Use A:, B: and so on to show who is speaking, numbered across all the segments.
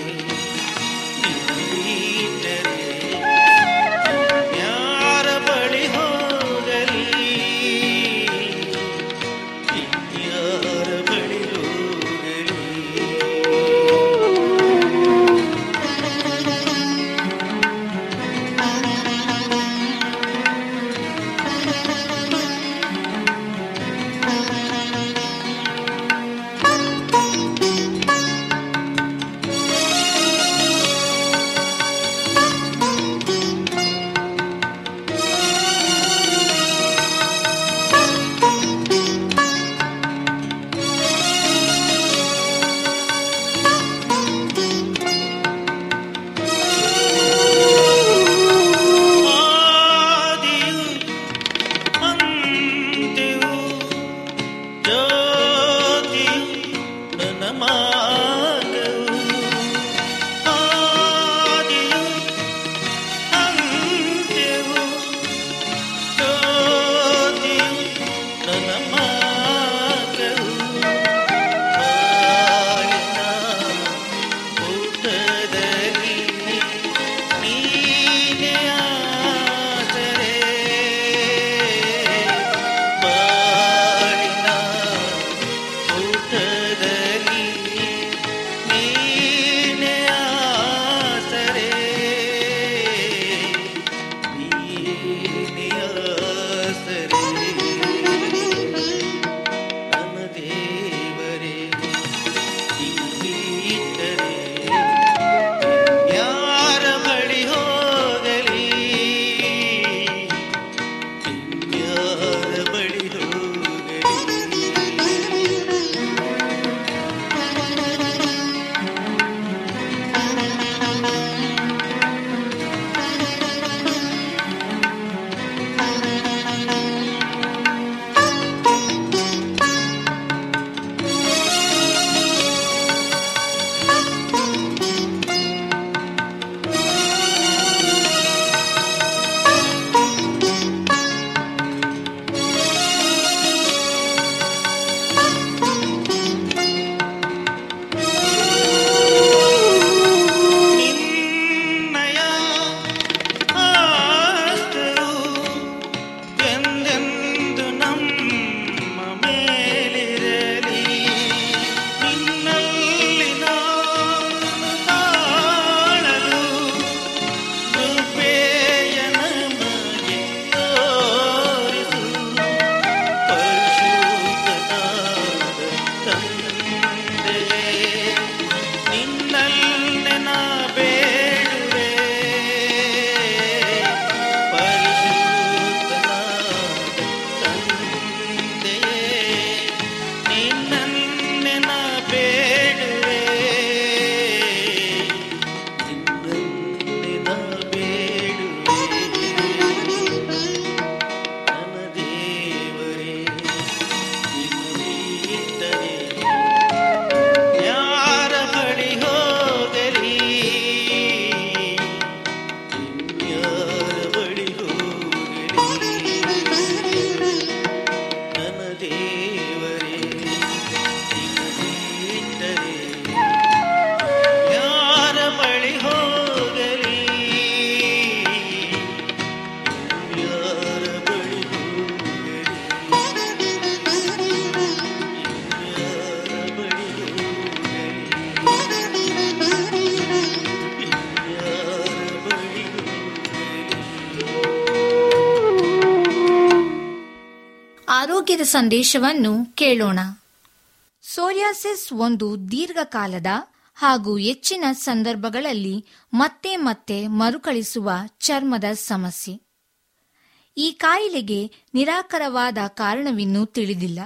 A: ಆರೋಗ್ಯದ ಸಂದೇಶವನ್ನು ಕೇಳೋಣ ಸೋರಿಯಾಸಿಸ್ ಒಂದು ದೀರ್ಘಕಾಲದ ಹಾಗೂ ಹೆಚ್ಚಿನ ಸಂದರ್ಭಗಳಲ್ಲಿ ಮತ್ತೆ ಮತ್ತೆ ಮರುಕಳಿಸುವ ಚರ್ಮದ ಸಮಸ್ಯೆ ಈ ಕಾಯಿಲೆಗೆ ನಿರಾಕರವಾದ ಕಾರಣವಿನ್ನೂ ತಿಳಿದಿಲ್ಲ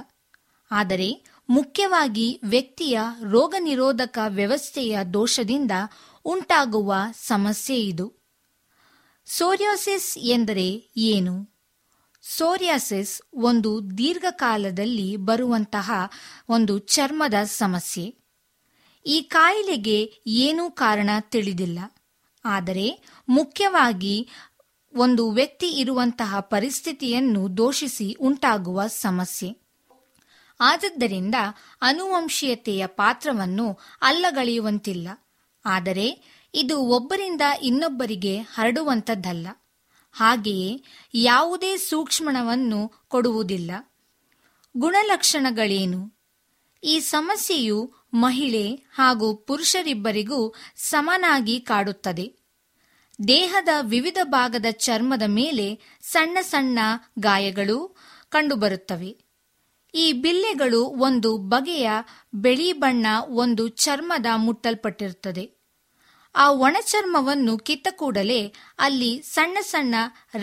A: ಆದರೆ ಮುಖ್ಯವಾಗಿ ವ್ಯಕ್ತಿಯ ರೋಗನಿರೋಧಕ ವ್ಯವಸ್ಥೆಯ ದೋಷದಿಂದ ಉಂಟಾಗುವ ಸಮಸ್ಯೆ ಇದು ಸೋರಿಯಾಸಿಸ್ ಎಂದರೆ ಏನು ಸೋರಿಯಾಸಿಸ್ ಒಂದು ದೀರ್ಘಕಾಲದಲ್ಲಿ ಬರುವಂತಹ ಒಂದು ಚರ್ಮದ ಸಮಸ್ಯೆ ಈ ಕಾಯಿಲೆಗೆ ಏನೂ ಕಾರಣ ತಿಳಿದಿಲ್ಲ ಆದರೆ ಮುಖ್ಯವಾಗಿ ಒಂದು ವ್ಯಕ್ತಿ ಇರುವಂತಹ ಪರಿಸ್ಥಿತಿಯನ್ನು ದೋಷಿಸಿ ಉಂಟಾಗುವ ಸಮಸ್ಯೆ ಆದದ್ದರಿಂದ ಅನುವಂಶೀಯತೆಯ ಪಾತ್ರವನ್ನು ಅಲ್ಲಗಳೆಯುವಂತಿಲ್ಲ ಆದರೆ ಇದು ಒಬ್ಬರಿಂದ ಇನ್ನೊಬ್ಬರಿಗೆ ಹರಡುವಂಥದ್ದಲ್ಲ ಹಾಗೆಯೇ ಯಾವುದೇ ಸೂಕ್ಷ್ಮಣವನ್ನು ಕೊಡುವುದಿಲ್ಲ ಗುಣಲಕ್ಷಣಗಳೇನು ಈ ಸಮಸ್ಯೆಯು ಮಹಿಳೆ ಹಾಗೂ ಪುರುಷರಿಬ್ಬರಿಗೂ ಸಮನಾಗಿ ಕಾಡುತ್ತದೆ ದೇಹದ ವಿವಿಧ ಭಾಗದ ಚರ್ಮದ ಮೇಲೆ ಸಣ್ಣ ಸಣ್ಣ ಗಾಯಗಳು ಕಂಡುಬರುತ್ತವೆ ಈ ಬಿಲ್ಲೆಗಳು ಒಂದು ಬಗೆಯ ಬಿಳಿ ಬಣ್ಣ ಒಂದು ಚರ್ಮದ ಮುಟ್ಟಲ್ಪಟ್ಟಿರುತ್ತದೆ ಆ ಒಣಚರ್ಮವನ್ನು ಕಿತ್ತ ಕೂಡಲೇ ಅಲ್ಲಿ ಸಣ್ಣ ಸಣ್ಣ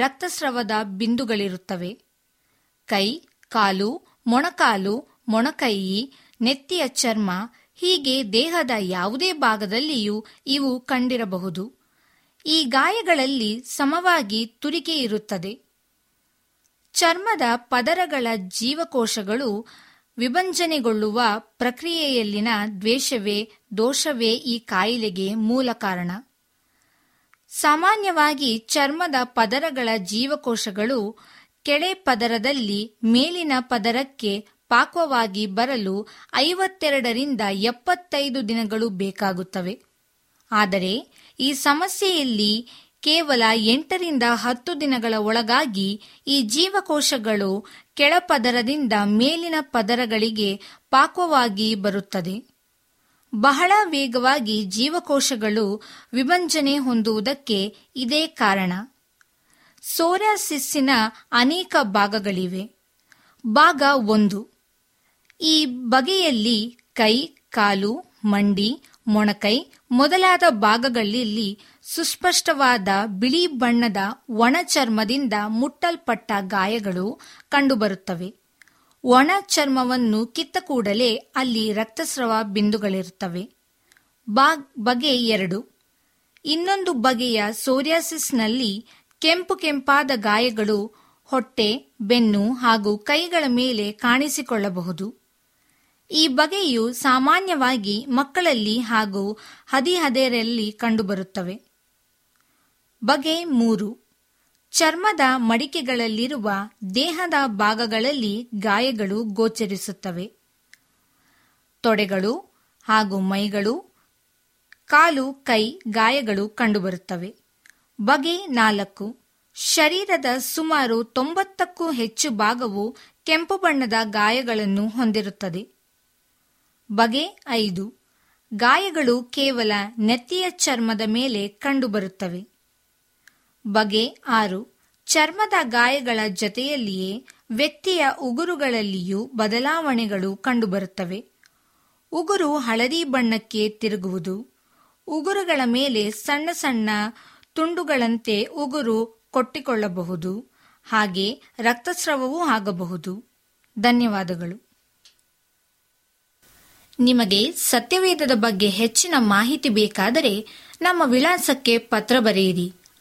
A: ರಕ್ತಸ್ರವದ ಬಿಂದುಗಳಿರುತ್ತವೆ ಕೈ ಕಾಲು ಮೊಣಕಾಲು ಮೊಣಕೈಯಿ ನೆತ್ತಿಯ ಚರ್ಮ ಹೀಗೆ ದೇಹದ ಯಾವುದೇ ಭಾಗದಲ್ಲಿಯೂ ಇವು ಕಂಡಿರಬಹುದು ಈ ಗಾಯಗಳಲ್ಲಿ ಸಮವಾಗಿ ತುರಿಕೆ ಇರುತ್ತದೆ ಚರ್ಮದ ಪದರಗಳ ಜೀವಕೋಶಗಳು ವಿಭಂಜನೆಗೊಳ್ಳುವ ಪ್ರಕ್ರಿಯೆಯಲ್ಲಿನ ದ್ವೇಷವೇ ದೋಷವೇ ಈ ಕಾಯಿಲೆಗೆ ಮೂಲ ಕಾರಣ ಸಾಮಾನ್ಯವಾಗಿ ಚರ್ಮದ ಪದರಗಳ ಜೀವಕೋಶಗಳು ಕೆಳೆ ಪದರದಲ್ಲಿ ಮೇಲಿನ ಪದರಕ್ಕೆ ಪಾಕ್ವವಾಗಿ ಬರಲು ಐವತ್ತೆರಡರಿಂದ ಎಪ್ಪತ್ತೈದು ದಿನಗಳು ಬೇಕಾಗುತ್ತವೆ ಆದರೆ ಈ ಸಮಸ್ಯೆಯಲ್ಲಿ ಕೇವಲ ಎಂಟರಿಂದ ಹತ್ತು ದಿನಗಳ ಒಳಗಾಗಿ ಈ ಜೀವಕೋಶಗಳು ಕೆಳಪದರದಿಂದ ಮೇಲಿನ ಪದರಗಳಿಗೆ ಪಾಕವಾಗಿ ಬರುತ್ತದೆ ಬಹಳ ವೇಗವಾಗಿ ಜೀವಕೋಶಗಳು ವಿಭಂಜನೆ ಹೊಂದುವುದಕ್ಕೆ ಇದೇ ಕಾರಣ ಸೋರಾಸಿಸ್ಸಿನ ಅನೇಕ ಭಾಗಗಳಿವೆ ಭಾಗ ಒಂದು ಈ ಬಗೆಯಲ್ಲಿ ಕೈ ಕಾಲು ಮಂಡಿ ಮೊಣಕೈ ಮೊದಲಾದ ಭಾಗಗಳಲ್ಲಿ ಸುಸ್ಪಷ್ಟವಾದ ಬಿಳಿ ಬಣ್ಣದ ಒಣ ಚರ್ಮದಿಂದ ಮುಟ್ಟಲ್ಪಟ್ಟ ಗಾಯಗಳು ಕಂಡುಬರುತ್ತವೆ ಒಣ ಚರ್ಮವನ್ನು ಕಿತ್ತ ಕೂಡಲೇ ಅಲ್ಲಿ ರಕ್ತಸ್ರಾವ ಬಿಂದುಗಳಿರುತ್ತವೆ ಬಾ- ಬಗೆ ಎರಡು ಇನ್ನೊಂದು ಬಗೆಯ ಸೋರಿಯಾಸಿಸ್ನಲ್ಲಿ ಕೆಂಪು ಕೆಂಪಾದ ಗಾಯಗಳು ಹೊಟ್ಟೆ ಬೆನ್ನು ಹಾಗೂ ಕೈಗಳ ಮೇಲೆ ಕಾಣಿಸಿಕೊಳ್ಳಬಹುದು ಈ ಬಗೆಯು ಸಾಮಾನ್ಯವಾಗಿ ಮಕ್ಕಳಲ್ಲಿ ಹಾಗೂ ಹದಿಹದೆಯರಲ್ಲಿ ಕಂಡುಬರುತ್ತವೆ ಬಗೆ ಮೂರು ಚರ್ಮದ ಮಡಿಕೆಗಳಲ್ಲಿರುವ ದೇಹದ ಭಾಗಗಳಲ್ಲಿ ಗಾಯಗಳು ಗೋಚರಿಸುತ್ತವೆ ತೊಡೆಗಳು ಹಾಗೂ ಮೈಗಳು ಕಾಲು ಕೈ ಗಾಯಗಳು ಕಂಡುಬರುತ್ತವೆ ಬಗೆ ನಾಲ್ಕು ಶರೀರದ ಸುಮಾರು ತೊಂಬತ್ತಕ್ಕೂ ಹೆಚ್ಚು ಭಾಗವು ಕೆಂಪು ಬಣ್ಣದ ಗಾಯಗಳನ್ನು ಹೊಂದಿರುತ್ತದೆ ಬಗೆ ಐದು ಗಾಯಗಳು ಕೇವಲ ನೆತ್ತಿಯ ಚರ್ಮದ ಮೇಲೆ ಕಂಡುಬರುತ್ತವೆ ಬಗೆ ಆರು ಚರ್ಮದ ಗಾಯಗಳ ಜೊತೆಯಲ್ಲಿಯೇ ವ್ಯಕ್ತಿಯ ಉಗುರುಗಳಲ್ಲಿಯೂ ಬದಲಾವಣೆಗಳು ಕಂಡುಬರುತ್ತವೆ ಉಗುರು ಹಳದಿ ಬಣ್ಣಕ್ಕೆ ತಿರುಗುವುದು ಉಗುರುಗಳ ಮೇಲೆ ಸಣ್ಣ ಸಣ್ಣ ತುಂಡುಗಳಂತೆ ಉಗುರು ಕೊಟ್ಟಿಕೊಳ್ಳಬಹುದು ಹಾಗೆ ರಕ್ತಸ್ರಾವವೂ ಆಗಬಹುದು ಧನ್ಯವಾದಗಳು ನಿಮಗೆ ಸತ್ಯವೇದದ ಬಗ್ಗೆ ಹೆಚ್ಚಿನ ಮಾಹಿತಿ ಬೇಕಾದರೆ ನಮ್ಮ ವಿಳಾಸಕ್ಕೆ ಪತ್ರ ಬರೆಯಿರಿ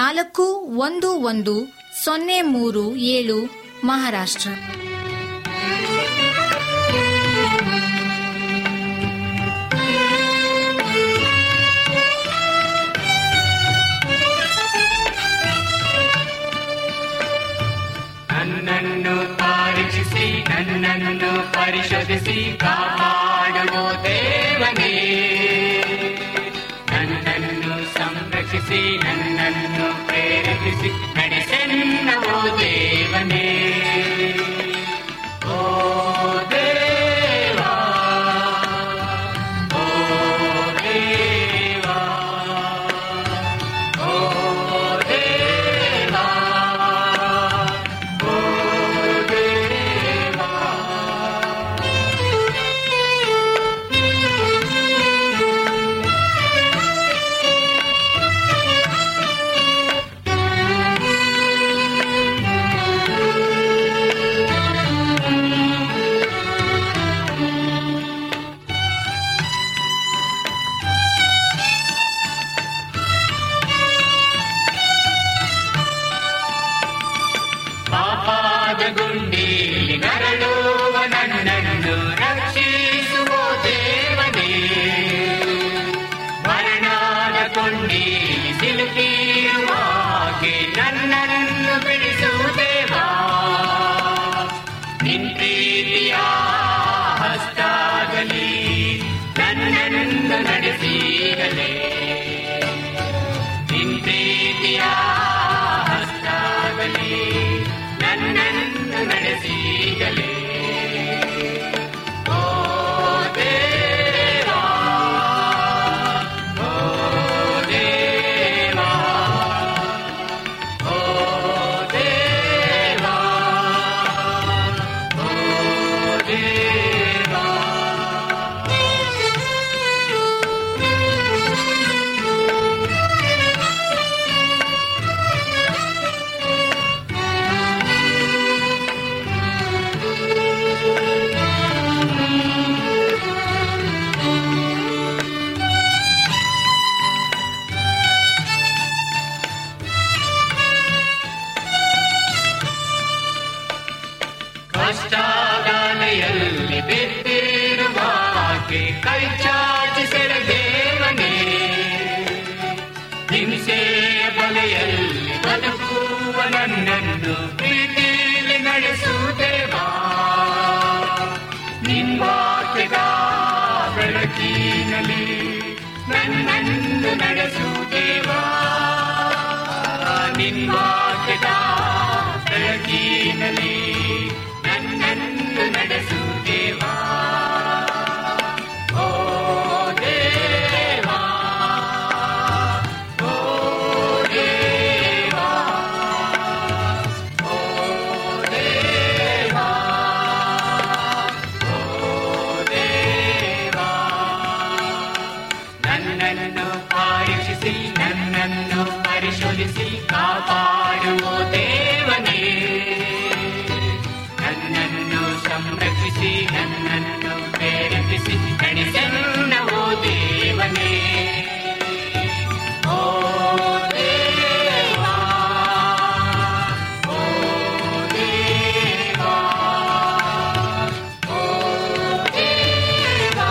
A: ನಾಲ್ಕು ಒಂದು ಒಂದು ಸೊನ್ನೆ ಮೂರು ಏಳು ಮಹಾರಾಷ್ಟ್ರ
B: ನನ್ನನ್ನು ತಾರಿಸಿಸಿ ನನ್ನ ಪರಿಶೋಧಿಸಿ ಕಾಪಾಡುವು ದೇವನೇ ನನ್ನನ್ನು ಸಂರಕ್ಷಿಸಿ ನನ್ನನ್ನು ಪ್ರೇರೇಪಿಸಿ ನಡೆಸೆನ್ನವೋ ದೇವನೇ ಓ ದೇವಾ ಓ ದೇವಾ ಓ ದೇವಾ ಪಾಪಾದ ಗುಂಡಿಯಲ್ಲಿ ನರಳುವ ನನ್ನನ್ನು ರಕ್ಷಿಸುವ ದೇವನೇ ಮರಣದ ಕೊಂಡಿಯಲ್ಲಿ ಸಿಲುಕಿರುವ ಹಾಗೆ ನನ್ನನ್ನು ಬಿಡಿಸುವ ದೇವ ನಿನ್ ಪ್ರೀತಿಯ ಹಸ್ತಾಗಲಿ ನನ್ನನ್ನು ನಡೆಸೀಗಲೇ ನಿನ್ ಪ್ರೀತಿಯ ಹಸ್ತಾಗಲಿ ನನ್ನನ್ನು ನಡೆಸೀಗಲೇ ಓ ದೇವಾ ಓ ದೇವಾ ಓ ದೇವಾ ಓ ದೇವಾ ಕಷ್ಟಾಗಾನೆಯಲ್ಲಿ ಬಿದ್ದಿರುವಾಕೆ ಕೈ ಚಾಚಿಸಿದ ದೇವನೇ ಹಿಂಸೆಯ ಬಲೆಯಲ್ಲಿ ಬದುಕುವ ನನ್ನನ್ನು ಪ್ರೀತಿಯಲ್ಲಿ ನಡೆಸು ದೇವಾ ನಿನ್ವಾಕ್ಯದ ಬೆಳಕಿನಲ್ಲಿ ನನ್ನನ್ನು ನಡೆಸು ದೇವಾ ನಿನ್ವಾಕ್ಯದ ಬೆಳಕಿನಲ್ಲಿ ನನ್ನನ್ನು ನಡೆಸು ದೇವಾ ಓ ದೇವಾ ಓ ದೇವಾ ನನ್ನನ್ನು ಪರೀಕ್ಷಿಸಿ ನನ್ನನ್ನು ಪರಿಶೋಧಿಸಿ ಕಾಪಾಡುವ ದೇವನೇ ನನ್ನನ್ನು ಸಂರಕ್ಷಿಸಿ ನನ್ನನ್ನು ಪ್ರೇರೇಪಿಸಿ ನಡೆಸನ್ನವೋ ದೇವನೇ ಓ ದೇವಾ ಓ ದೇವಾ ಓ ದೇವಾ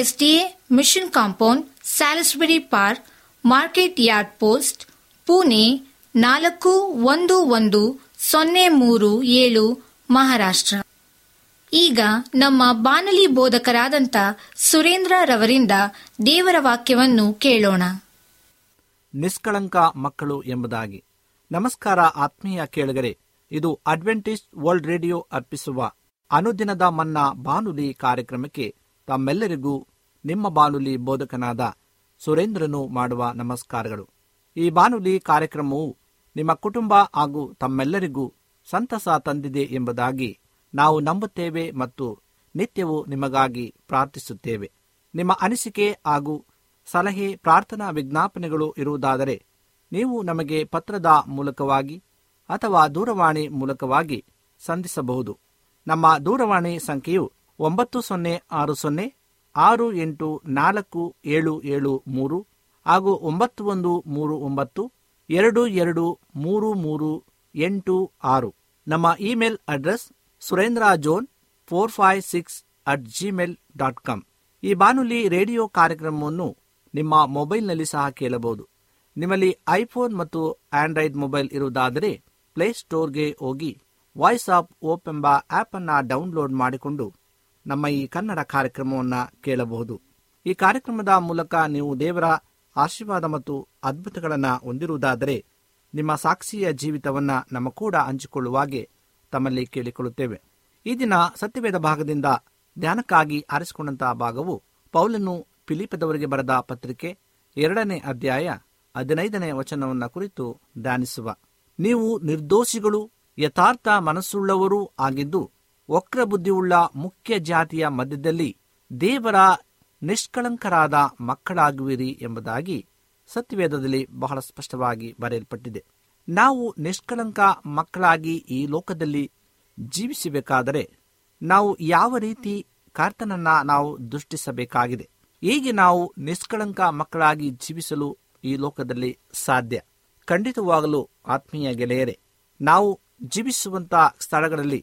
A: SDA mission compound Salisbury park market yard post Pune ನಾಲ್ಕು ಒಂದು ಒಂದು ಸೊನ್ನೆ ಮೂರು ಏಳು ಮಹಾರಾಷ್ಟ್ರ ಈಗ ನಮ್ಮ ಬಾನಲಿ ಬೋಧಕರಾದಂಥ ಸುರೇಂದ್ರ ರವರಿಂದ ದೇವರ ವಾಕ್ಯವನ್ನು ಕೇಳೋಣ
C: ನಿಷ್ಕಳಂಕ ಮಕ್ಕಳು ಎಂಬುದಾಗಿ ನಮಸ್ಕಾರ ಆತ್ಮೀಯ ಕೇಳುಗರೆ ಇದು ಅಡ್ವೆಂಟಿಸ್ಟ್ ವರ್ಲ್ಡ್ ರೇಡಿಯೋ ಅರ್ಪಿಸುವ ಅನುದಿನದ ಮನ್ನಾ ಬಾನುಲಿ ಕಾರ್ಯಕ್ರಮಕ್ಕೆ ತಮ್ಮೆಲ್ಲರಿಗೂ ನಿಮ್ಮ ಬಾನುಲಿ ಬೋಧಕನಾದ ಸುರೇಂದ್ರನು ಮಾಡುವ ನಮಸ್ಕಾರಗಳು ಈ ಬಾನುಲಿ ಕಾರ್ಯಕ್ರಮವು ನಿಮ್ಮ ಕುಟುಂಬ ಹಾಗೂ ತಮ್ಮೆಲ್ಲರಿಗೂ ಸಂತಸ ತಂದಿದೆ ಎಂಬುದಾಗಿ ನಾವು ನಂಬುತ್ತೇವೆ ಮತ್ತು ನಿತ್ಯವೂ ನಿಮಗಾಗಿ ಪ್ರಾರ್ಥಿಸುತ್ತೇವೆ ನಿಮ್ಮ ಅನಿಸಿಕೆ ಹಾಗೂ ಸಲಹೆ ಪ್ರಾರ್ಥನಾ ವಿಜ್ಞಾಪನೆಗಳು ಇರುವುದಾದರೆ ನೀವು ನಮಗೆ ಪತ್ರದ ಮೂಲಕವಾಗಿ ಅಥವಾ ದೂರವಾಣಿ ಮೂಲಕವಾಗಿ ಸಂಧಿಸಬಹುದು ನಮ್ಮ ದೂರವಾಣಿ ಸಂಖ್ಯೆಯು ಒಂಬತ್ತು ಸೊನ್ನೆ ಆರು ಸೊನ್ನೆ ಆರು ಎಂಟು ನಾಲ್ಕು ಏಳು ಏಳು ಮೂರು ಹಾಗೂ ಒಂಬತ್ತು ಒಂದು ಮೂರು ಒಂಬತ್ತು ಎರಡು ಎರಡು ಮೂರು ಮೂರು ಎಂಟು ಆರು ನಮ್ಮ email address Surendra John four five six at Gmail dot com ಈ ಬಾನುಲಿ ರೇಡಿಯೋ ಕಾರ್ಯಕ್ರಮವನ್ನು ನಿಮ್ಮ ಮೊಬೈಲ್ನಲ್ಲಿ ಸಹ ಕೇಳಬಹುದು ನಿಮ್ಮಲ್ಲಿ ಐಫೋನ್ ಮತ್ತು ಆಂಡ್ರಾಯ್ಡ್ ಮೊಬೈಲ್ ಇರುವುದಾದರೆ ಪ್ಲೇಸ್ಟೋರ್ಗೆ ಹೋಗಿ ವಾಯ್ಸ್ ಆಫ್ ಓಪ್ ಎಂಬ ಆಪ್ ಅನ್ನ ಡೌನ್ಲೋಡ್ ಮಾಡಿಕೊಂಡು ನಮ್ಮ ಈ ಕನ್ನಡ ಕಾರ್ಯಕ್ರಮವನ್ನು ಕೇಳಬಹುದು ಈ ಕಾರ್ಯಕ್ರಮದ ಮೂಲಕ ನೀವು ದೇವರ ಆಶೀರ್ವಾದ ಮತ್ತು ಅದ್ಭುತಗಳನ್ನು ಹೊಂದಿರುವುದಾದರೆ ನಿಮ್ಮ ಸಾಕ್ಷಿಯ ಜೀವಿತವನ್ನು ನಮ್ಮ ಕೂಡ ಹಂಚಿಕೊಳ್ಳುವ ಹಾಗೆ ತಮ್ಮಲ್ಲಿ ಕೇಳಿಕೊಳ್ಳುತ್ತೇವೆ ಈ ದಿನ ಸತ್ಯವೇದ ಭಾಗದಿಂದ ಧ್ಯಾನಕ್ಕಾಗಿ ಆರಿಸಿಕೊಂಡಂತಹ ಭಾಗವು ಪೌಲನು ಫಿಲಿಪದವರಿಗೆ ಬರೆದ ಪತ್ರಿಕೆ ಎರಡನೇ ಅಧ್ಯಾಯ ಹದಿನೈದನೇ ವಚನವನ್ನು ಕುರಿತು ಧ್ಯಾನಿಸುವ ನೀವು ನಿರ್ದೋಷಿಗಳು ಯಥಾರ್ಥ ಮನಸ್ಸುಳ್ಳವರೂ ಆಗಿದ್ದು ವಕ್ರ ಬುದ್ಧಿಯುಳ್ಳ ಮುಖ್ಯ ಜಾತಿಯ ಮಧ್ಯದಲ್ಲಿ ದೇವರ ನಿಷ್ಕಳಂಕರಾದ ಮಕ್ಕಳಾಗುವಿರಿ ಎಂಬುದಾಗಿ ಸತ್ಯವೇದದಲ್ಲಿ ಬಹಳ ಸ್ಪಷ್ಟವಾಗಿ ಬರೆಯಲ್ಪಟ್ಟಿದೆ ನಾವು ನಿಷ್ಕಳಂಕ ಮಕ್ಕಳಾಗಿ ಈ ಲೋಕದಲ್ಲಿ ಜೀವಿಸಬೇಕಾದರೆ ನಾವು ಯಾವ ರೀತಿ ಕರ್ತನನ್ನ ನಾವು ದೃಷ್ಟಿಸಬೇಕಾಗಿದೆ ಹೀಗೆ ನಾವು ನಿಷ್ಕಳಂಕ ಮಕ್ಕಳಾಗಿ ಜೀವಿಸಲು ಈ ಲೋಕದಲ್ಲಿ ಸಾಧ್ಯ ಖಂಡಿತವಾಗಲು ಆತ್ಮೀಯ ಗೆಳೆಯರೇ ನಾವು ಜೀವಿಸುವಂಥ ಸ್ಥಳಗಳಲ್ಲಿ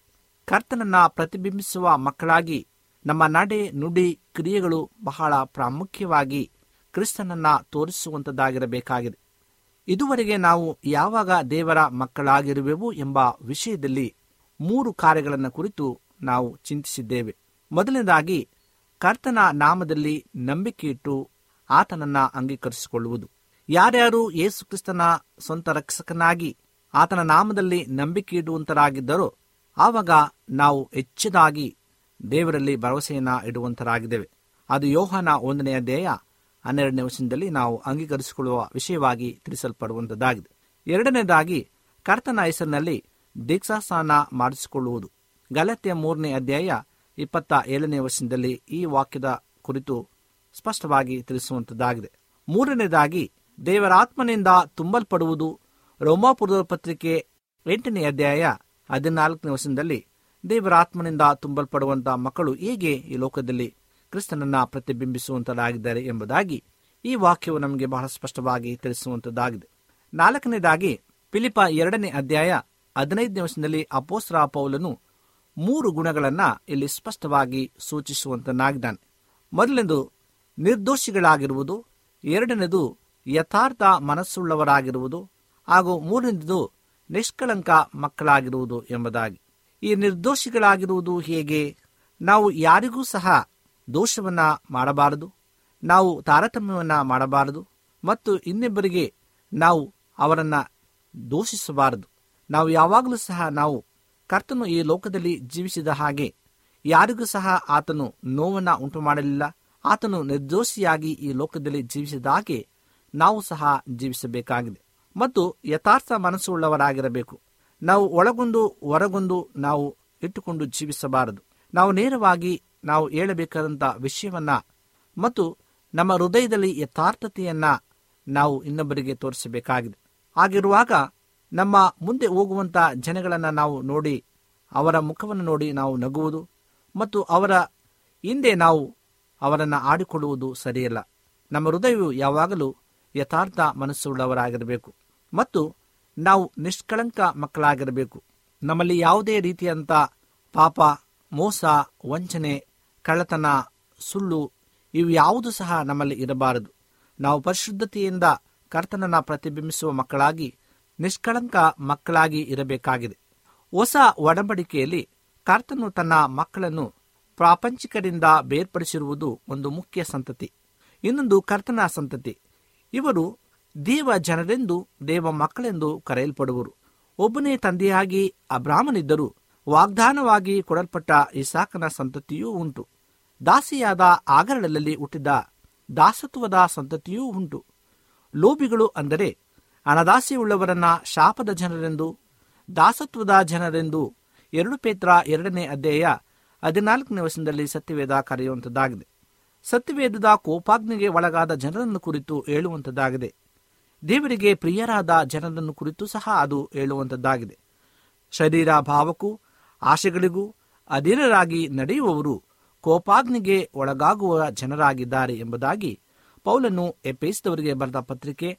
C: ಕರ್ತನನ್ನ ಪ್ರತಿಬಿಂಬಿಸುವ ಮಕ್ಕಳಾಗಿ ನಮ್ಮ ನಡೆ ನುಡಿ ಕ್ರಿಯೆಗಳು ಬಹಳ ಪ್ರಾಮುಖ್ಯವಾಗಿ ಕ್ರಿಸ್ತನನ್ನ ತೋರಿಸುವಂಥದ್ದಾಗಿರಬೇಕಾಗಿದೆ ಇದುವರೆಗೆ ನಾವು ಯಾವಾಗ ದೇವರ ಮಕ್ಕಳಾಗಿರುವೆವು ಎಂಬ ವಿಷಯದಲ್ಲಿ ಮೂರು ಕಾರ್ಯಗಳನ್ನು ಕುರಿತು ನಾವು ಚಿಂತಿಸಿದ್ದೇವೆ ಮೊದಲನೇದಾಗಿ ಕರ್ತನ ನಾಮದಲ್ಲಿ ನಂಬಿಕೆ ಇಟ್ಟು ಆತನನ್ನ ಅಂಗೀಕರಿಸಿಕೊಳ್ಳುವುದು ಯಾರ್ಯಾರು ಯೇಸು ಕ್ರಿಸ್ತನ ಸ್ವಂತ ರಕ್ಷಕನಾಗಿ ಆತನ ನಾಮದಲ್ಲಿ ನಂಬಿಕೆ ಇಡುವಂತರಾಗಿದ್ದರೋ ಆವಾಗ ನಾವು ಹೆಚ್ಚದಾಗಿ ದೇವರಲ್ಲಿ ಭರವಸೆಯನ್ನ ಇಡುವಂತರಾಗಿದ್ದೇವೆ ಅದು ಯೋಹನ ಒಂದನೇ ಅಧ್ಯಾಯ ಹನ್ನೆರಡನೇ ವರ್ಷದಲ್ಲಿ ನಾವು ಅಂಗೀಕರಿಸಿಕೊಳ್ಳುವ ವಿಷಯವಾಗಿ ತಿಳಿಸಲ್ಪಡುವಂಥದ್ದಾಗಿದೆ ಎರಡನೇದಾಗಿ ಕರ್ತನ ಹೆಸರಿನಲ್ಲಿ ದೀಕ್ಷಾಸ್ನಾನ ಮಾಡಿಸಿಕೊಳ್ಳುವುದು ಗಲತ್ಯ ಮೂರನೇ ಅಧ್ಯಾಯ ಇಪ್ಪತ್ತ ಏಳನೇ ವರ್ಷದಲ್ಲಿ ಈ ವಾಕ್ಯದ ಕುರಿತು ಸ್ಪಷ್ಟವಾಗಿ ತಿಳಿಸುವಂಥದ್ದಾಗಿದೆ ಮೂರನೇದಾಗಿ ದೇವರಾತ್ಮನಿಂದ ತುಂಬಲ್ಪಡುವುದು ರೋಮಾಪುರದ ಪತ್ರಿಕೆ ಎಂಟನೇ ಅಧ್ಯಾಯ ಹದಿನಾಲ್ಕನೇ ವರ್ಷದಲ್ಲಿ ದೇವರಾತ್ಮನಿಂದ ತುಂಬಲ್ಪಡುವಂಥ ಮಕ್ಕಳು ಹೇಗೆ ಈ ಲೋಕದಲ್ಲಿ ಕ್ರಿಸ್ತನನ್ನ ಪ್ರತಿಬಿಂಬಿಸುವಂಥದ್ದಾಗಿದ್ದಾರೆ ಎಂಬುದಾಗಿ ಈ ವಾಕ್ಯವು ನಮಗೆ ಬಹಳ ಸ್ಪಷ್ಟವಾಗಿ ತಿಳಿಸುವಂಥದ್ದಾಗಿದೆ ನಾಲ್ಕನೇದಾಗಿ ಪಿಲಿಪ ಎರಡನೇ ಅಧ್ಯಾಯ ಹದಿನೈದನೇ ವರ್ಷದಲ್ಲಿ ಅಪೋಸ್ರ ಪೌಲನು ಮೂರು ಗುಣಗಳನ್ನು ಇಲ್ಲಿ ಸ್ಪಷ್ಟವಾಗಿ ಸೂಚಿಸುವಂತನಾಗಿದ್ದಾನೆ ಮೊದಲನೇದು ನಿರ್ದೋಷಿಗಳಾಗಿರುವುದು ಎರಡನೇದು ಯಥಾರ್ಥ ಮನಸ್ಸುಳ್ಳವರಾಗಿರುವುದು ಹಾಗೂ ಮೂರನೇದು ನಿಷ್ಕಳಂಕ ಮಕ್ಕಳಾಗಿರುವುದು ಎಂಬುದಾಗಿ ಈ ನಿರ್ದೋಷಿಗಳಾಗಿರುವುದು ಹೇಗೆ ನಾವು ಯಾರಿಗೂ ಸಹ ದೋಷವನ್ನ ಮಾಡಬಾರದು ನಾವು ತಾರತಮ್ಯವನ್ನ ಮಾಡಬಾರದು ಮತ್ತು ಇನ್ನಿಬ್ಬರಿಗೆ ನಾವು ಅವರನ್ನ ದೋಷಿಸಬಾರದು ನಾವು ಯಾವಾಗಲೂ ಸಹ ನಾವು ಕರ್ತನು ಈ ಲೋಕದಲ್ಲಿ ಜೀವಿಸಿದ ಹಾಗೆ ಯಾರಿಗೂ ಸಹ ಆತನು ನೋವನ್ನು ಉಂಟು ಮಾಡಲಿಲ್ಲ ಆತನು ನಿರ್ದೋಷಿಯಾಗಿ ಈ ಲೋಕದಲ್ಲಿ ಜೀವಿಸಿದ ಹಾಗೆ ನಾವು ಸಹ ಜೀವಿಸಬೇಕಾಗಿದೆ ಮತ್ತು ಯಥಾರ್ಥ ಮನಸ್ಸು ಉಳ್ಳವರಾಗಿರಬೇಕು ನಾವು ಒಳಗೊಂದು ಹೊರಗೊಂದು ನಾವು ಇಟ್ಟುಕೊಂಡು ಜೀವಿಸಬಾರದು ನಾವು ನೇರವಾಗಿ ನಾವು ಹೇಳಬೇಕಾದಂಥ ವಿಷಯವನ್ನ ಮತ್ತು ನಮ್ಮ ಹೃದಯದಲ್ಲಿ ಯಥಾರ್ಥತೆಯನ್ನ ನಾವು ಇನ್ನೊಬ್ಬರಿಗೆ ತೋರಿಸಬೇಕಾಗಿದೆ ಹಾಗಿರುವಾಗ ನಮ್ಮ ಮುಂದೆ ಹೋಗುವಂಥ ಜನಗಳನ್ನು ನಾವು ನೋಡಿ ಅವರ ಮುಖವನ್ನು ನೋಡಿ ನಾವು ನಗುವುದು ಮತ್ತು ಅವರ ಹಿಂದೆ ನಾವು ಅವರನ್ನು ಆಡಿಕೊಳ್ಳುವುದು ಸರಿಯಲ್ಲ ನಮ್ಮ ಹೃದಯವು ಯಾವಾಗಲೂ ಯಥಾರ್ಥ ಮನಸ್ಸುಳ್ಳವರಾಗಿರಬೇಕು ಮತ್ತು ನಾವು ನಿಷ್ಕಳಂಕ ಮಕ್ಕಳಾಗಿರಬೇಕು ನಮ್ಮಲ್ಲಿ ಯಾವುದೇ ರೀತಿಯಂಥ ಪಾಪ ಮೋಸ ವಂಚನೆ ಕಳ್ಳತನ ಸುಳ್ಳು ಇವು ಯಾವುದು ಸಹ ನಮ್ಮಲ್ಲಿ ಇರಬಾರದು ನಾವು ಪರಿಶುದ್ಧತೆಯಿಂದ ಕರ್ತನನ್ನು ಪ್ರತಿಬಿಂಬಿಸುವ ಮಕ್ಕಳಾಗಿ ನಿಷ್ಕಳಂಕ ಮಕ್ಕಳಾಗಿ ಇರಬೇಕಾಗಿದೆ ಹೊಸ ಒಡಂಬಡಿಕೆಯಲ್ಲಿ ಕರ್ತನು ತನ್ನ ಮಕ್ಕಳನ್ನು ಪ್ರಾಪಂಚಿಕರಿಂದ ಬೇರ್ಪಡಿಸಿರುವುದು ಒಂದು ಮುಖ್ಯ ಸಂತತಿ ಇನ್ನೊಂದು ಕರ್ತನ ಸಂತತಿ ಇವರು ದೇವ ಜನರೆಂದು ದೇವ ಮಕ್ಕಳೆಂದು ಕರೆಯಲ್ಪಡುವರು ಒಬ್ಬನೇ ತಂದೆಯಾಗಿ ಅಬ್ರಾಹ್ಮನಿದ್ದರು ವಾಗ್ದಾನವಾಗಿ ಕೊಡಲ್ಪಟ್ಟ ಇಸಾಕನ ಸಂತತಿಯೂ ಉಂಟು ದಾಸಿಯಾದ ಆಗರಳಲ್ಲಿ ಹುಟ್ಟಿದ ದಾಸತ್ವದ ಸಂತತಿಯೂ ಉಂಟು ಲೋಭಿಗಳು ಅಂದರೆ ಅನದಾಸೆಯುಳ್ಳವರನ್ನ ಶಾಪದ ಜನರೆಂದು ದಾಸತ್ವದ ಜನರೆಂದು ಎರಡು ಪೇತ್ರ ಎರಡನೇ ಅಧ್ಯಾಯ ಹದಿನಾಲ್ಕನೇ ವರ್ಷದಲ್ಲಿ ಸತ್ಯವೇದ ಕರೆಯುವಂಥದ್ದಾಗಿದೆ ಸತ್ಯವೇದದ ಕೋಪಾಗ್ನಿಗೆ ಒಳಗಾದ ಜನರನ್ನು ಕುರಿತು ಹೇಳುವಂಥದ್ದಾಗಿದೆ ದೇವರಿಗೆ ಪ್ರಿಯರಾದ ಜನರನ್ನು ಕುರಿತು ಸಹ ಅದು ಹೇಳುವಂಥದ್ದಾಗಿದೆ ಶರೀರ ಭಾವಕ್ಕೂ ಆಶೆಗಳಿಗೂ ಅಧೀನರಾಗಿ ನಡೆಯುವವರು ಕೋಪಾಗ್ನಿಗೆ ಒಳಗಾಗುವ ಜನರಾಗಿದ್ದಾರೆ ಎಂಬುದಾಗಿ ಪೌಲನು ಎಪೇಸಿದವರಿಗೆ ಬರೆದ ಪತ್ರಿಕೆ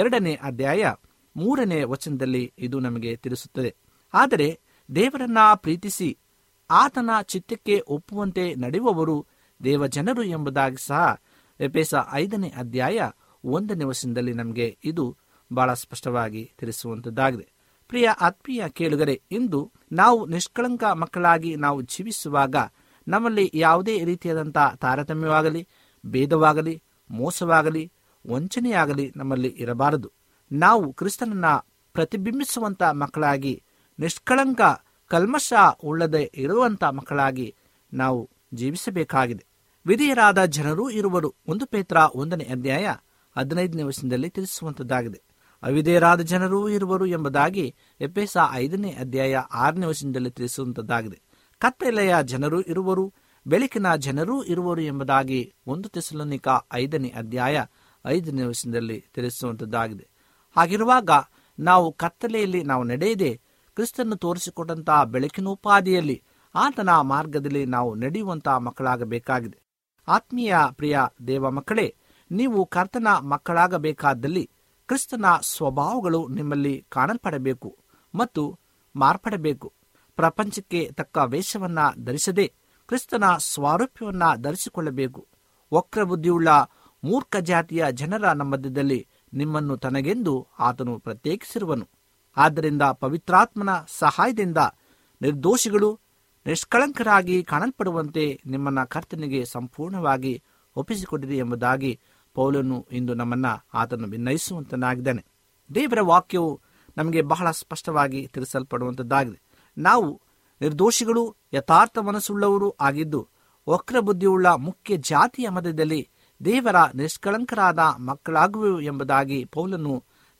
C: ಎರಡನೇ ಅಧ್ಯಾಯ ಮೂರನೇ ವಚನದಲ್ಲಿ ಇದು ನಮಗೆ ತಿಳಿಸುತ್ತದೆ ಆದರೆ ದೇವರನ್ನ ಪ್ರೀತಿಸಿ ಆತನ ಚಿತ್ತಕ್ಕೆ ಒಪ್ಪುವಂತೆ ನಡೆಯುವವರು ದೇವಜನರು ಎಂಬುದಾಗಿ ಸಹ ಎಪೇಸ ಐದನೇ ಅಧ್ಯಾಯ ಒಂದನೇ ವಚನದಲ್ಲಿ ನಮಗೆ ಇದು ಬಹಳ ಸ್ಪಷ್ಟವಾಗಿ ತಿಳಿಸುವಂಥದ್ದಾಗಿದೆ ಪ್ರಿಯ ಆತ್ಮೀಯ ಕೇಳುಗರೆ ಇಂದು ನಾವು ನಿಷ್ಕಳಂಕ ಮಕ್ಕಳಾಗಿ ನಾವು ಜೀವಿಸುವಾಗ ನಮ್ಮಲ್ಲಿ ಯಾವುದೇ ರೀತಿಯಾದಂಥ ತಾರತಮ್ಯವಾಗಲಿ ಭೇದವಾಗಲಿ ಮೋಸವಾಗಲಿ ವಂಚನೆಯಾಗಲಿ ನಮ್ಮಲ್ಲಿ ಇರಬಾರದು ನಾವು ಕ್ರಿಸ್ತನನ್ನ ಪ್ರತಿಬಿಂಬಿಸುವಂಥ ಮಕ್ಕಳಾಗಿ ನಿಷ್ಕಳಂಕ ಕಲ್ಮಶ ಉಳ್ಳದೆ ಇರುವಂಥ ಮಕ್ಕಳಾಗಿ ನಾವು ಜೀವಿಸಬೇಕಾಗಿದೆ ವಿಧೇಯರಾದ ಜನರೂ ಇರುವರು ಒಂದು ಪೇತ್ರ ಒಂದನೇ ಅಧ್ಯಾಯ ಹದಿನೈದನೇ ವಚನದಲ್ಲಿ ತಿಳಿಸುವಂಥದ್ದಾಗಿದೆ ಅವಿಧೇಯರಾದ ಜನರೂ ಇರುವರು ಎಂಬುದಾಗಿ ಎಪೇಸ ಐದನೇ ಅಧ್ಯಾಯ ಆರನೇ ವಚನದಲ್ಲಿ ತಿಳಿಸುವಂಥದ್ದಾಗಿದೆ ಕತ್ತಲೆಯ ಜನರು ಇರುವರು ಬೆಳಕಿನ ಜನರೂ ಇರುವರು ಎಂಬುದಾಗಿ ಒಂದು ತೆಸಲೋನಿಕ ಐದನೇ ಅಧ್ಯಾಯ ಐದನೇ ವಚನದಲ್ಲಿ ತಿಳಿಸುವಂಥದ್ದಾಗಿದೆ ಹಾಗಿರುವಾಗ ನಾವು ಕತ್ತಲೆಯಲ್ಲಿ ನಾವು ನಡೆಯದೆ ಕ್ರಿಸ್ತನ್ನು ತೋರಿಸಿಕೊಟ್ಟಂತಹ ಬೆಳಕಿನ ಉಪಾದಿಯಲ್ಲಿ ಆತನ ಮಾರ್ಗದಲ್ಲಿ ನಾವು ನಡೆಯುವಂತಹ ಮಕ್ಕಳಾಗಬೇಕಾಗಿದೆ ಆತ್ಮೀಯ ಪ್ರಿಯ ದೇವ ಮಕ್ಕಳೇ ನೀವು ಕರ್ತನ ಮಕ್ಕಳಾಗಬೇಕಾದಲ್ಲಿ ಕ್ರಿಸ್ತನ ಸ್ವಭಾವಗಳು ನಿಮ್ಮಲ್ಲಿ ಕಾಣಲ್ಪಡಬೇಕು ಮತ್ತು ಮಾರ್ಪಡಬೇಕು ಪ್ರಪಂಚಕ್ಕೆ ತಕ್ಕ ವೇಷವನ್ನ ಧರಿಸದೆ ಕ್ರಿಸ್ತನ ಸ್ವಾರೂಪ್ಯವನ್ನ ಧರಿಸಿಕೊಳ್ಳಬೇಕು ವಕ್ರಬುದ್ಧಿಯುಳ್ಳ ಮೂರ್ಖ ಜಾತಿಯ ಜನರ ಮಧ್ಯದಲ್ಲಿ ನಿಮ್ಮನ್ನು ತನಗೆಂದು ಆತನು ಪ್ರತ್ಯೇಕಿಸಿರುವನು ಆದ್ದರಿಂದ ಪವಿತ್ರಾತ್ಮನ ಸಹಾಯದಿಂದ ನಿರ್ದೋಷಿಗಳು ನಿಷ್ಕಳಂಕರಾಗಿ ಕಾಣಲ್ಪಡುವಂತೆ ನಿಮ್ಮನ್ನ ಕರ್ತನಿಗೆ ಸಂಪೂರ್ಣವಾಗಿ ಒಪ್ಪಿಸಿಕೊಂಡಿದೆ ಎಂಬುದಾಗಿ ಪೌಲನು ಇಂದು ನಮ್ಮನ್ನ ಆತನು ವಿನಯಿಸುವಂತನಾಗಿದ್ದಾನೆ ದೇವರ ವಾಕ್ಯವು ನಮಗೆ ಬಹಳ ಸ್ಪಷ್ಟವಾಗಿ ತಿಳಿಸಲ್ಪಡುವಂಥದ್ದಾಗಿದೆ ನಾವು ನಿರ್ದೋಷಿಗಳು ಯಥಾರ್ಥ ಮನಸ್ಸುಳ್ಳವರು ಆಗಿದ್ದು ವಕ್ರ ಬುದ್ಧಿಯುಳ್ಳ ಮುಖ್ಯ ಜಾತಿಯ ಮಧ್ಯದಲ್ಲಿ ದೇವರ ನಿಷ್ಕಳಂಕರಾದ ಮಕ್ಕಳಾಗುವೆವು ಎಂಬುದಾಗಿ ಪೌಲನು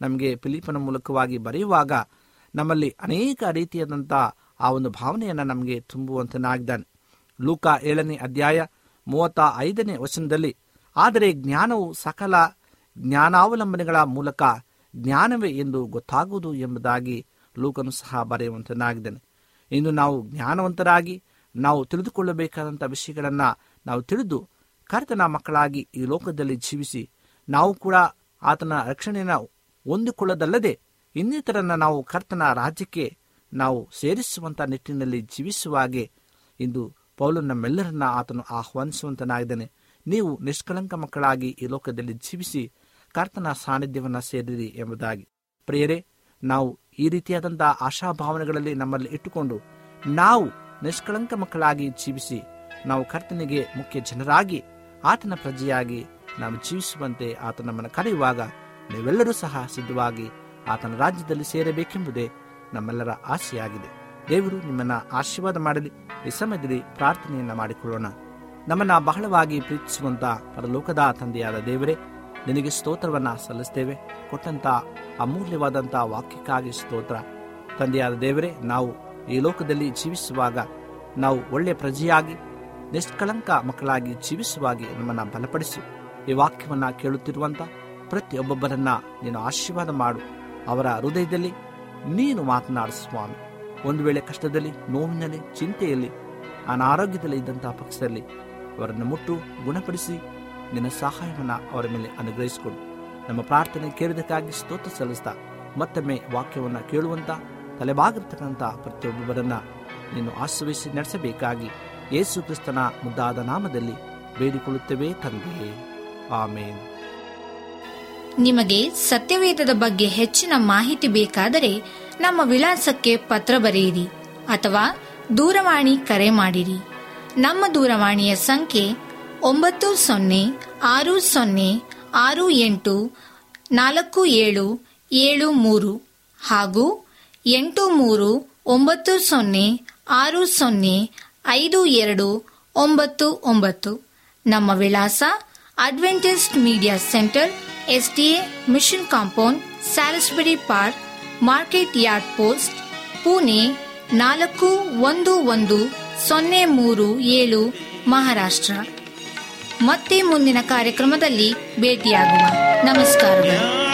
C: ನಮಗೆ ಫಿಲಿಪನ ಮೂಲಕವಾಗಿ ಬರೆಯುವಾಗ ನಮ್ಮಲ್ಲಿ ಅನೇಕ ರೀತಿಯಾದಂಥ ಆ ಒಂದು ಭಾವನೆಯನ್ನು ನಮಗೆ ತುಂಬುವಂತನಾಗಿದ್ದಾನೆ ಲೂಕ ಏಳನೇ ಅಧ್ಯಾಯ ಮೂವತ್ತ ಐದನೇ ವಚನದಲ್ಲಿ ಆದರೆ ಜ್ಞಾನವು ಸಕಲ ಜ್ಞಾನಾವಲಂಬನೆಗಳ ಮೂಲಕ ಜ್ಞಾನವೇ ಎಂದು ಗೊತ್ತಾಗುವುದು ಎಂಬುದಾಗಿ ಲೂಕನು ಸಹ ಬರೆಯುವಂತನಾಗಿದ್ದಾನೆ ಇನ್ನು ನಾವು ಜ್ಞಾನವಂತರಾಗಿ ನಾವು ತಿಳಿದುಕೊಳ್ಳಬೇಕಾದಂಥ ವಿಷಯಗಳನ್ನು ನಾವು ತಿಳಿದು ಕರ್ತನ ಮಕ್ಕಳಾಗಿ ಈ ಲೋಕದಲ್ಲಿ ಜೀವಿಸಿ ನಾವು ಕೂಡ ಆತನ ರಕ್ಷಣೆಯನ್ನು ಹೊಂದಿಕೊಳ್ಳೋದಲ್ಲದೆ ಇನ್ನಿತರನ್ನು ನಾವು ಕರ್ತನ ರಾಜ್ಯಕ್ಕೆ ನಾವು ಸೇರಿಸುವಂಥ ನಿಟ್ಟಿನಲ್ಲಿ ಜೀವಿಸುವಾಗೆ ಇಂದು ಪೌಲನ್ ನಮ್ಮೆಲ್ಲರನ್ನ ಆತನು ಆಹ್ವಾನಿಸುವಂತನಾಗಿದ್ದಾನೆ ನೀವು ನಿಷ್ಕಳಂಕ ಮಕ್ಕಳಾಗಿ ಈ ಲೋಕದಲ್ಲಿ ಜೀವಿಸಿ ಕರ್ತನ ಸಾನ್ನಿಧ್ಯವನ್ನು ಸೇರಿರಿ ಎಂಬುದಾಗಿ ಪ್ರಿಯರೇ ನಾವು ಈ ರೀತಿಯಾದಂಥ ಆಶಾಭಾವನೆಗಳಲ್ಲಿ ನಮ್ಮಲ್ಲಿ ಇಟ್ಟುಕೊಂಡು ನಾವು ನಿಷ್ಕಳಂಕ ಮಕ್ಕಳಾಗಿ ಜೀವಿಸಿ ನಾವು ಕರ್ತನಿಗೆ ಮುಖ್ಯ ಜನರಾಗಿ ಆತನ ಪ್ರಜೆಯಾಗಿ ನಾವು ಜೀವಿಸುವಂತೆ ಆತ ನಮ್ಮನ್ನು ಕರೆಯುವಾಗ ನೀವೆಲ್ಲರೂ ಸಹ ಸಿದ್ಧವಾಗಿ ಆತನ ರಾಜ್ಯದಲ್ಲಿ ಸೇರಬೇಕೆಂಬುದೇ ನಮ್ಮೆಲ್ಲರ ಆಸೆಯಾಗಿದೆ ದೇವರು ನಿಮ್ಮನ್ನು ಆಶೀರ್ವಾದ ಮಾಡಲಿ ಈ ಸಮಯದಲ್ಲಿ ಪ್ರಾರ್ಥನೆಯನ್ನು ಮಾಡಿಕೊಳ್ಳೋಣ ನಮ್ಮನ್ನು ಬಹಳವಾಗಿ ಪ್ರೀತಿಸುವಂಥ ಪರಲೋಕದ ತಂದೆಯಾದ ದೇವರೇ ನಿನಗೆ ಸ್ತೋತ್ರವನ್ನು ಸಲ್ಲಿಸ್ತೇವೆ ಕೊಟ್ಟಂಥ ಅಮೂಲ್ಯವಾದಂಥ ವಾಕ್ಯಕ್ಕಾಗಿ ಸ್ತೋತ್ರ ತಂದೆಯಾದ ದೇವರೇ ನಾವು ಈ ಲೋಕದಲ್ಲಿ ಜೀವಿಸುವಾಗ ನಾವು ಒಳ್ಳೆಯ ಪ್ರಜೆಯಾಗಿ ನಿಷ್ಕಳಂಕ ಮಕ್ಕಳಾಗಿ ಜೀವಿಸುವಾಗಿ ನಮ್ಮನ್ನು ಬಲಪಡಿಸಿ ಈ ವಾಕ್ಯವನ್ನು ಕೇಳುತ್ತಿರುವಂಥ ಪ್ರತಿಯೊಬ್ಬೊಬ್ಬರನ್ನ ನೀನು ಆಶೀರ್ವಾದ ಮಾಡು ಅವರ ಹೃದಯದಲ್ಲಿ ನೀನು ಮಾತನಾಡು ಸ್ವಾಮಿ ಒಂದು ವೇಳೆ ಕಷ್ಟದಲ್ಲಿ ನೋವಿನಲ್ಲಿ ಚಿಂತೆಯಲ್ಲಿ ಅನಾರೋಗ್ಯದಲ್ಲಿ ಇದ್ದಂತಹ ಪಕ್ಷದಲ್ಲಿ ಅವರನ್ನು ಮುಟ್ಟು ಗುಣಪಡಿಸಿ ನಿನ್ನ ಸಹಾಯವನ್ನು ಅವರ ಮೇಲೆ ಅನುಗ್ರಹಿಸಿಕೊಡು ನಮ್ಮ ಪ್ರಾರ್ಥನೆ ಕೇಳಿದಕ್ಕಾಗಿ ಸ್ತೋತ್ರ ಸಲ್ಲಿಸ್ತಾ ಮತ್ತೊಮ್ಮೆ ವಾಕ್ಯವನ್ನು ಕೇಳುವಂಥ ತಲೆಬಾಗಿರ್ತಕ್ಕಂಥ ಪ್ರತಿಯೊಬ್ಬರನ್ನ ನೀನು ಆಶ್ರಯಿಸಿ ನಡೆಸಬೇಕಾಗಿ ಯೇಸು ಕ್ರಿಸ್ತನ ಮುದ್ದಾದ ನಾಮದಲ್ಲಿ ಬೇಡಿಕೊಳ್ಳುತ್ತೇವೆ ತಂದೆಯೇ ಆಮೇನ್
A: ನಿಮಗೆ ಸತ್ಯವೇದದ ಬಗ್ಗೆ ಹೆಚ್ಚಿನ ಮಾಹಿತಿ ಬೇಕಾದರೆ ನಮ್ಮ ವಿಳಾಸಕ್ಕೆ ಪತ್ರ ಬರೆಯಿರಿ ಅಥವಾ ದೂರವಾಣಿ ಕರೆ ಮಾಡಿರಿ ನಮ್ಮ ದೂರವಾಣಿಯ ಸಂಖ್ಯೆ ಒಂಬತ್ತು ಸೊನ್ನೆ ಆರು ಸೊನ್ನೆ ಆರು ಎಂಟು ನಾಲ್ಕು ಏಳು ಏಳು ಮೂರು ಹಾಗೂ ಎಂಟು ಮೂರು ಒಂಬತ್ತು ಸೊನ್ನೆ ಆರು ಸೊನ್ನೆ ಐದು ಎರಡು ಒಂಬತ್ತು ಒಂಬತ್ತು ನಮ್ಮ ವಿಳಾಸ Adventist media centre S D A mission compound Salisbury park market yard post Pune ನಾಲ್ಕು ಒಂದು ಒಂದು ಸೊನ್ನೆ ಮೂರು ಏಳು ಮಹಾರಾಷ್ಟ್ರ ಮತ್ತೆ ಮುಂದಿನ ಕಾರ್ಯಕ್ರಮದಲ್ಲಿ ಭೇಟಿಯಾಗುವ ನಮಸ್ಕಾರಗಳು